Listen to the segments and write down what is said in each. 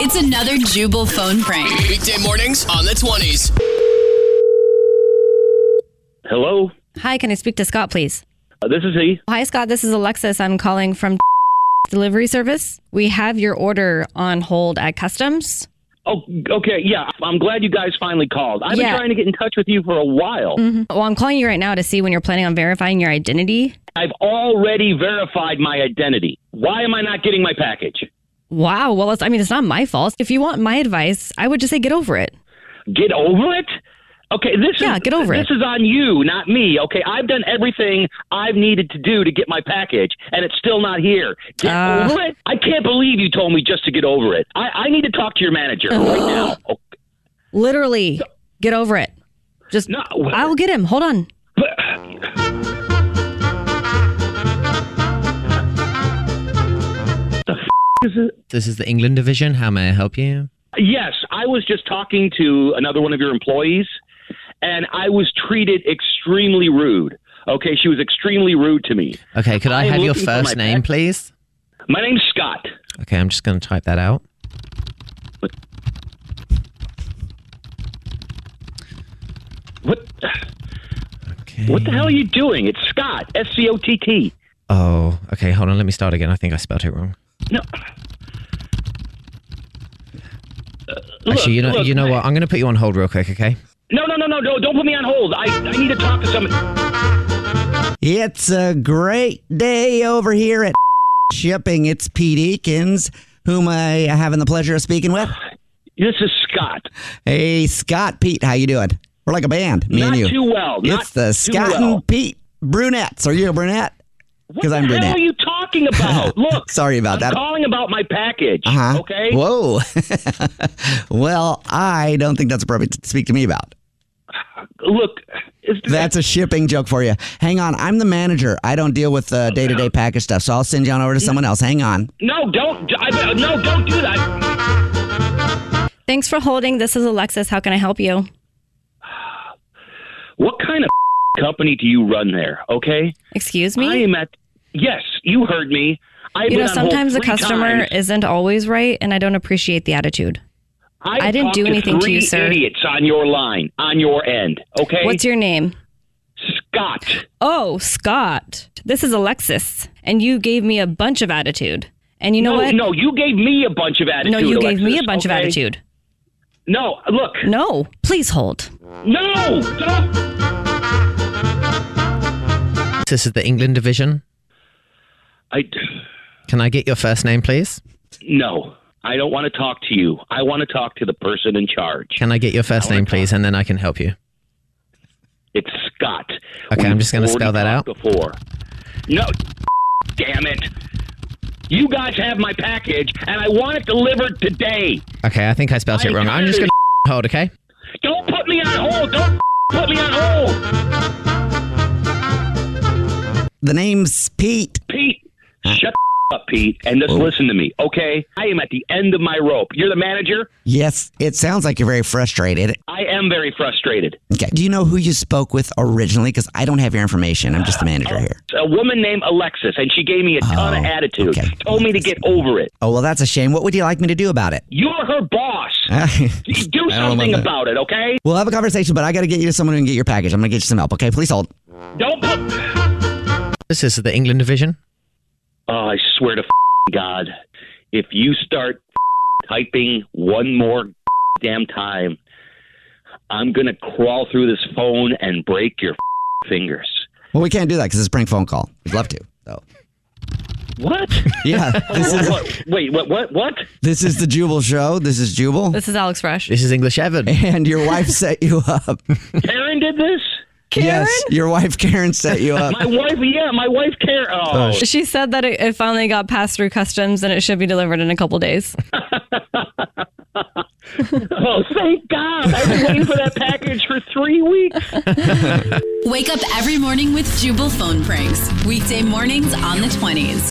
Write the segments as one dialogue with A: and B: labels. A: It's another Jubal phone prank.
B: Weekday mornings on the 20s.
C: Hello,
D: Hi, can I speak to Scott, please?
C: uh, this is he.
D: Hi, Scott. This is Alexis. I'm calling from delivery service. We have your order on hold at customs.
C: Oh, okay, yeah. I'm glad you guys finally called. I've
D: Yeah. Mm-hmm.
C: been trying to get in touch with you for a while.
D: Well, I'm calling you right now to see when you're planning on verifying your identity.
C: I've already verified my identity. Why am I not getting my package?
D: Wow. Well, it's, I mean, it's not my fault. If you want my advice, I would just say get over it.
C: Get over it. Okay, this
D: Yeah,
C: is
D: get over
C: this
D: it.
C: is on you, not me. Okay, I've done everything I've needed to do to get my package, and it's still not here. Get
D: Uh.
C: over it. I can't believe you told me just to get over it. I, I need to talk to your manager right now. Oh,
D: Literally, get over it. Just,
C: No.
D: I'll get him. Hold on.
E: This is the England division. How may I help you?
C: Yes, I was just talking to another one of your employees, and I was treated extremely rude. Okay, she was extremely rude to me.
E: Okay, could I,
C: I am
E: have your
C: looking for my
E: first name,
C: pack-
E: please?
C: My name's Scott.
E: Okay, I'm just going to type that out.
C: What?
E: Okay.
C: What the hell are you doing? It's Scott. S C O T T.
E: Oh, okay. Hold on. Let me start again. I think I spelled it wrong.
C: No.
E: Actually, you know,
C: Uh, look,
E: you know
C: I-
E: what? I'm going to put you on hold real quick. Okay.
C: No, no, no, no, no! Don't put me on hold. I, I need to talk to someone.
F: It's a great day over here at shipping. It's Pete Eakins, whom I having the pleasure of speaking with.
C: This is Scott.
F: Hey, Scott, Pete, how you doing? We're like a band, me
C: Not
F: and you.
C: too well. Not
F: it's the
C: too
F: Scott
C: well.
F: and Pete brunettes. Are you a brunette?
C: What
F: 'Cause
C: the
F: I'm
C: hell
F: brunette.
C: are you talking about? Look.
F: Sorry about
C: I'm
F: that.
C: calling about my package.
F: Uh-huh.
C: Okay.
F: Whoa. well, I don't think that's appropriate to speak to me about.
C: Look. Is,
F: That's a shipping joke for you. Hang on, I'm the manager. I don't deal with uh, day-to-day package stuff, so I'll send you on over to someone else. Hang on.
C: No, don't. I, uh, no, don't do that.
D: Thanks for holding. This is Alexis. How can I help you?
C: What kind of company do you run there? Okay.
D: Excuse
C: I
D: me?
C: am at. Yes, you heard me. I've
D: you
C: been
D: know,
C: on hold
D: sometimes the
C: three
D: customer
C: times.
D: isn't always right, and I don't appreciate the attitude.
C: I've
D: I didn't
C: talked
D: do anything to
C: three
D: you, sir.
C: Idiots on your line, on your end. Okay.
D: What's your name?
C: Scott?
D: Oh, Scott, this is Alexis, and you gave me a bunch of attitude. And you know
C: no,
D: what?
C: no, you gave me a bunch of attitude.
D: No, you
C: Alexis,
D: gave me a bunch of
C: okay?
D: attitude.
C: No, look.
D: No, please hold.
C: No, don't.
E: This is the England division.
C: I.
E: Can I get your first name, please?
C: No, I don't want to talk to you. I want to talk to the person in charge.
E: Can I get your first name, please? And then I can help you.
C: It's Scott.
E: Okay, I'm just gonna
C: We've
E: spell that
C: already talked Before, no, damn it! You guys have my package, and I want it delivered today.
E: Okay, I think I spelled
C: I
E: it wrong. I'm just
C: heard
E: going to hold, okay?
C: Don't put me on hold. Don't put me on hold,
F: The name's Pete.
C: Pete. Shut up, Pete, and just
F: Whoa.
C: listen to me, okay? I am at the end of my rope. You're the manager.
F: Yes, it sounds like you're very frustrated.
C: I am very frustrated.
F: Okay. Do you know who you spoke with originally? Because I don't have your information. I'm just the manager here.
C: A woman named Alexis, and she gave me a ton of
F: Oh,
C: attitude.
F: okay.
C: Told me to get over it.
F: Oh, well, that's a shame. What would you like me to do about it?
C: You're her boss. Do
E: know
C: something
E: about
C: about
E: that.
C: it, okay?
F: we'll have a conversation, but I got to get you to someone who can get your package. I'm going to get you some help. Okay, please hold.
C: Don't.
E: This is the England division.
C: Oh, I swear to God, if you start typing one more damn time, I'm gonna crawl through this phone and break your fingers.
F: Well, we can't do that because it's a prank phone call. We'd love to. So.
C: What?
F: Yeah, this
C: What-
F: is
C: what- Wait, what? What? What?
F: this is the Jubal show. This is Jubal,
D: This is Alex Fresh.
E: This is English Evan.
F: and your wife set you up.
C: Karen did this.
F: Yes, your wife Karen set you up.
C: My wife. Yeah, my wife Karen. Oh,
D: She said that it, it finally got passed through customs and it should be delivered in a couple days.
C: oh, thank God! I've been waiting for that package for three weeks.
A: Wake up every morning with Jubal phone pranks. Weekday mornings on the 20s.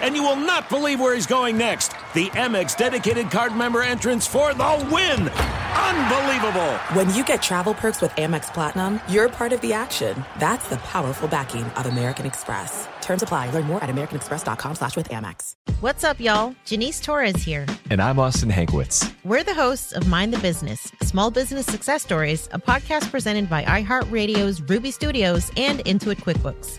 G: And you will not believe where he's going next. The Amex dedicated card member entrance for the win! Unbelievable!
H: When you get travel perks with Amex Platinum, you're part of the action. That's the powerful backing of American Express. Terms apply. Learn more at americanexpress.com slash with Amex.
G: What's up, y'all? Janice Torres here.
E: And I'm Austin Hankwitz.
G: We're the hosts of Mind the Business Small Business Success Stories, a podcast presented by iHeartRadio's Ruby Studios and Intuit QuickBooks.